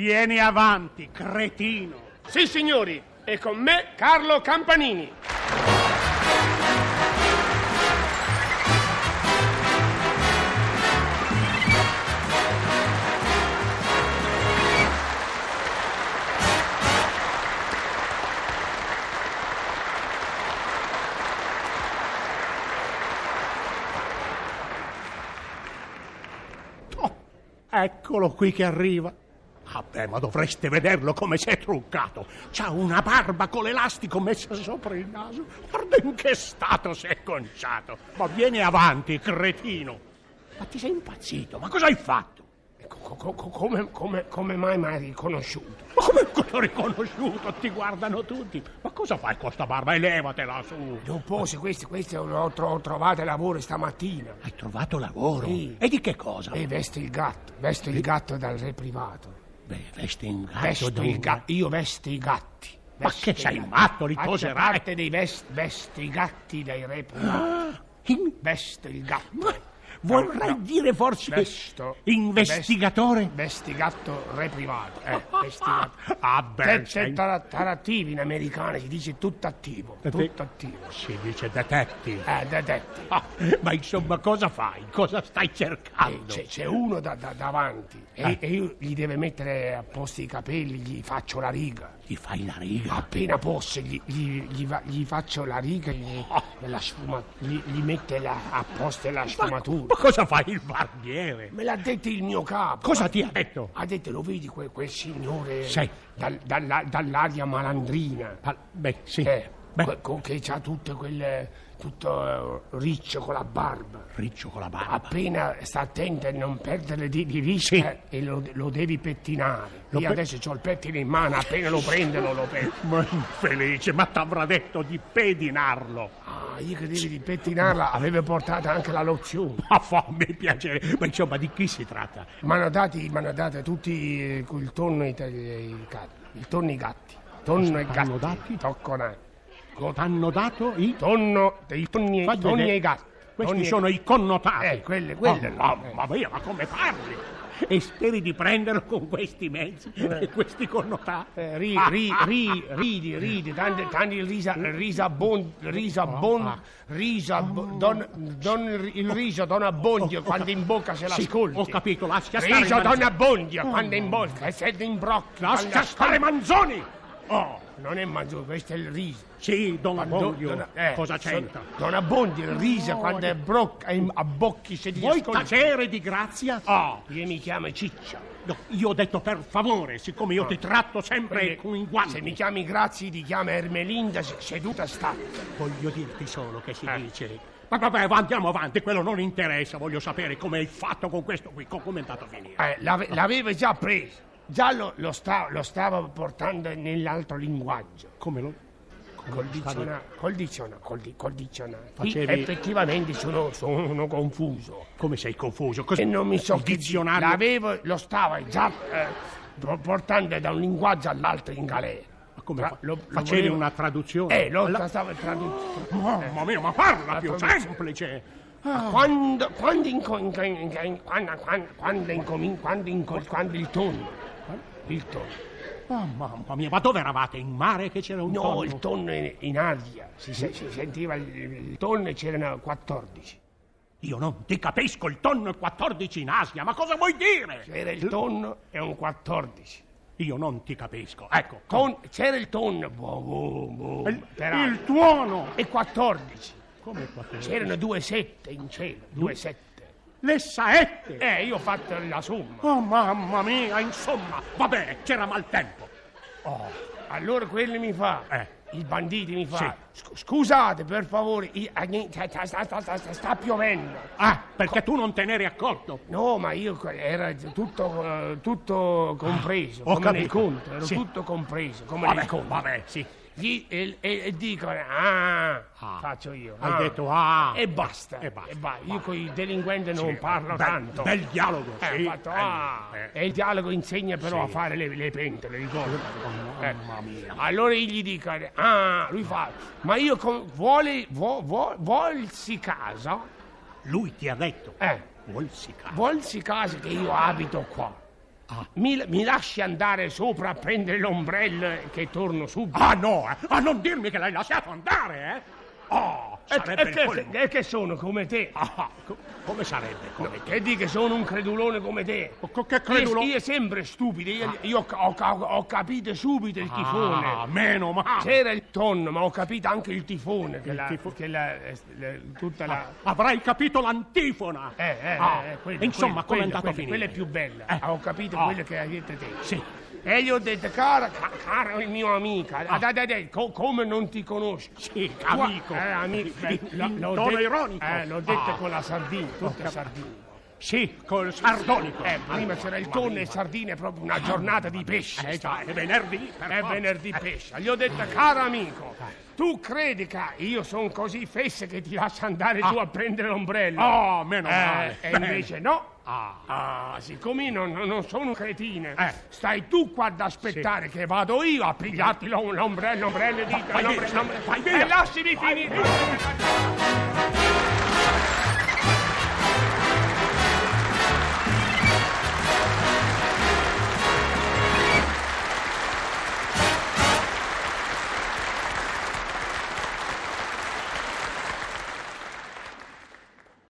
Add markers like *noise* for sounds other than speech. Vieni avanti, cretino. Sì, signori, e con me Carlo Campanini. Oh, eccolo qui che arriva. Vabbè, ma dovreste vederlo come si è truccato. C'ha una barba con l'elastico messa sopra il naso. Guarda in che stato si è conciato. Ma vieni avanti, cretino. Ma ti sei impazzito? Ma cosa hai fatto? Ecco, co- co- co- come, come- come mai mi hai riconosciuto? Ma come che l'ho riconosciuto? Ti guardano tutti. Ma cosa fai con sta barba? Elevatela su. Doposi, questo, questo l'ho tro- ho trovato lavoro stamattina. Hai trovato lavoro? Sì. E di che cosa? E vesto il gatto, vesto il gatto dal re privato. Beh, vesti in gatto. Vesto il dunque. ga- io vesto i gatti. Ah, Ma Vesto che i sei gatti. matto, li Faccio toserai. parte dei vest- vesto i gatti dei re privati. Ah, in- Vesto il gatto. ma- vorrei Ah, No, no. dire forse... Vesto. Investigatore? Vesti gatto re privato. Eh, vesti Ah, gatto. ah, C'è, beh, c'è sei- tara- tarattivi in americano, si dice tutto attivo. Tutto attivo. Si dice detective. *laughs* Eh, detective. Ah, ma insomma, cosa fai? Cosa stai Eh, cercando? c'è, c'è uno da- da- davanti e, Ah, Eh. e io gli deve mettere a posto i capelli, gli faccio la riga. Ti fai la riga? Appena posso gli, gli- gli va- gli faccio la riga gli, la sfuma- gli, gli mette la- a posto la Ma, sfumatura. ma cosa fai il barbiere? Me l'ha detto il mio capo. Cosa ti ha detto? Ha detto, lo vedi que- quel signore Sì. dal- dalla- dall'aria malandrina? Ah, beh, sì. Eh, Beh. que- co- che ha tutte quelle. tutto eh, riccio con la barba. Riccio con la Ah, barba. Appena sta attento a non perdere di, di vista Sì. e lo, lo devi pettinare. Lo Io pe- adesso ho il pettine in mano, appena lo prendo lo- lo pettino. Ma infelice, ma t'avrà detto di pedinarlo. Ah, io credevo di pettinarla, avevo portato anche la lozione. Ma fammi piacere. Ma insomma, di chi si tratta? Mi hanno dato, mi hanno dato tutti eh, il tonno e i gatti. Il tonno e i gatti. Tonno e T'hanno gatti. dati? Tocconai. T'hanno dato i... Tonno, dei tonni, Fai tonni vedere. e i gatti. Questi Tonni e- sono i connotati. Eh, quelle- quelle Oh, là, eh. mamma mia, ma come parli? E speri di prenderlo con questi mezzi e questi connotati? Eh, ri, ri, ri, ridi, ridi, tanti, tanti risa, risa bon, risa Ah, bon, risa bon, don, don, il riso don abbondio quando in bocca se Sì, l'ascolti. ho capito, lascia stare. Riso Manzoni. don abbondio quando in bocca e se in brocca. Lascia stare Manzoni! Oh, Non è mangiato, questo è il riso. sì, Don Don- Abbondio, don- eh, cosa son- c'entra? Don Abbondio risa quando è brocca e abbocchi se ti Vuoi ascolti. Ah. tacere di grazia? Oh, Io mi chiamo Ciccia. no, io ho detto per favore, siccome io ti tratto sempre con in guanti. Se Ah. mi chiami Grazi ti chiama Ermelinda se- seduta sta. Voglio dirti solo che si Eh. dice. Ma vabbè, andiamo avanti, quello non interessa, voglio sapere come hai fatto con questo qui, co- come è andato a finire. Eh, l'ave- l'avevo già preso. Già lo, lo sta- lo stavo portando nell'altro linguaggio. Come lo. Col dizionario, col dizionario, col, di- col dizionario. Qui Facevi- effettivamente sono, sono confuso. Come sei confuso? Cos'è? E non mi so Il che di- dizionario. L'avevo, lo stavo già eh, po- portando da un linguaggio all'altro in galera. Ma come Tra- fa- lo- lo facevi volevo- una traduzione? Eh, lo stavo traducendo. Mamma mia, ma parla La più traduzione. semplice! Quando, quando, inco- inco- inco- inco- quando, quando, quando, incomin- quando inco- quando il tonno, il tonno, Ah, mamma mia, ma dove eravate? In mare che c'era un no, tonno? il tonno in, in aria, si, se- si sentiva il, il tonno e c'erano 14. Io non ti capisco, il tonno è 14 in Asia, ma cosa vuoi dire? C'era il tonno e un 14. Io non ti capisco, ecco. Ton- c'era il tonno, boh, boh, boh, il, per il aria, tuono! e 14. Come 14? C'erano due sette in cielo, due sette. Le saette! Eh, io ho fatto la somma. Oh, mamma mia, insomma, va bene, c'era maltempo. Allora quello mi fa. Eh. Il bandito mi fa. "Scu- Scusate, per favore, i- ah, niente, sta, sta- sta- sta- sta- sta piovendo. Ah, perché tu non te ne eri accorto. No, ma io co- era tutto, eh, tutto compreso, ho come nel capito. conto, ero Sì. tutto compreso, come nel Vabbè, conto. vabbè, sì. Gli- e, e- e dicono, ah, Ah. faccio io. Hai ah. detto, ah. E basta. E basta. va- Io con i delinquenti non Bel- parlo tanto. Bel dialogo, Eh, sì. ho fatto, Eh, ah. eh. E il dialogo insegna però Sì. a fare le, le pentole, ricordo. Oh, mamma mia. Allora io gli dico, ah, lui fa, ma io con, vuole, vo- vo- volsi casa, Lui ti ha detto, eh, volsica. volsi casa che io abito qua. Ah. Mi, mi lasci andare sopra a prendere l'ombrello che torno subito. Ah no, eh? ah non dirmi che l'hai lasciato andare, eh? Oh, E- sarebbe e il che, colmo. e che sono come te? Ah, co- come sarebbe? Come te? Che di che sono un credulone come te? Co- che credulo- Io, io sempre stupido, io, io ho, ho- ho- ho capito subito il tifone. Ah, meno male. C'era il tonno, ma ho capito anche il tifone, che, Il la, tifo- che la- eh, le- tutta la... Avrai capito l'antifona. Eh, eh, Ah, eh, quello, insomma, come quello, è andato quello, a finire? Quella è più bella, Eh. ho capito Ah. quello che hai detto te. Sì. E gli ho detto, cara, ca- caro il mio amico, dai, dai, dai, co- come non ti conosco? Sì, Tu- amico. Eh, Ah. amico, beh, In- l'ho- in l'ho tono detto- ironico. Eh, l'ho detto Ah. con la sardina, tutta sardina. Sì, col sardonico. Eh, prima c'era il tonno e sardine, proprio una giornata di pesce. Eh, già, è venerdì. per È forza. venerdì pesce. Gli ho detto, caro amico, tu credi che io sono così fesse che ti lascio andare tu a prendere l'ombrello? Oh, meno Eh, male. e Bene. invece no. Ah. Ah, siccome io non, non sono un cretino, Eh. stai tu qua ad aspettare che vado io a pigliarti l'om- l'ombrello, l'ombrello, dito, Vai via, l'ombrello, l'ombrello. vai via. E lasciami finire.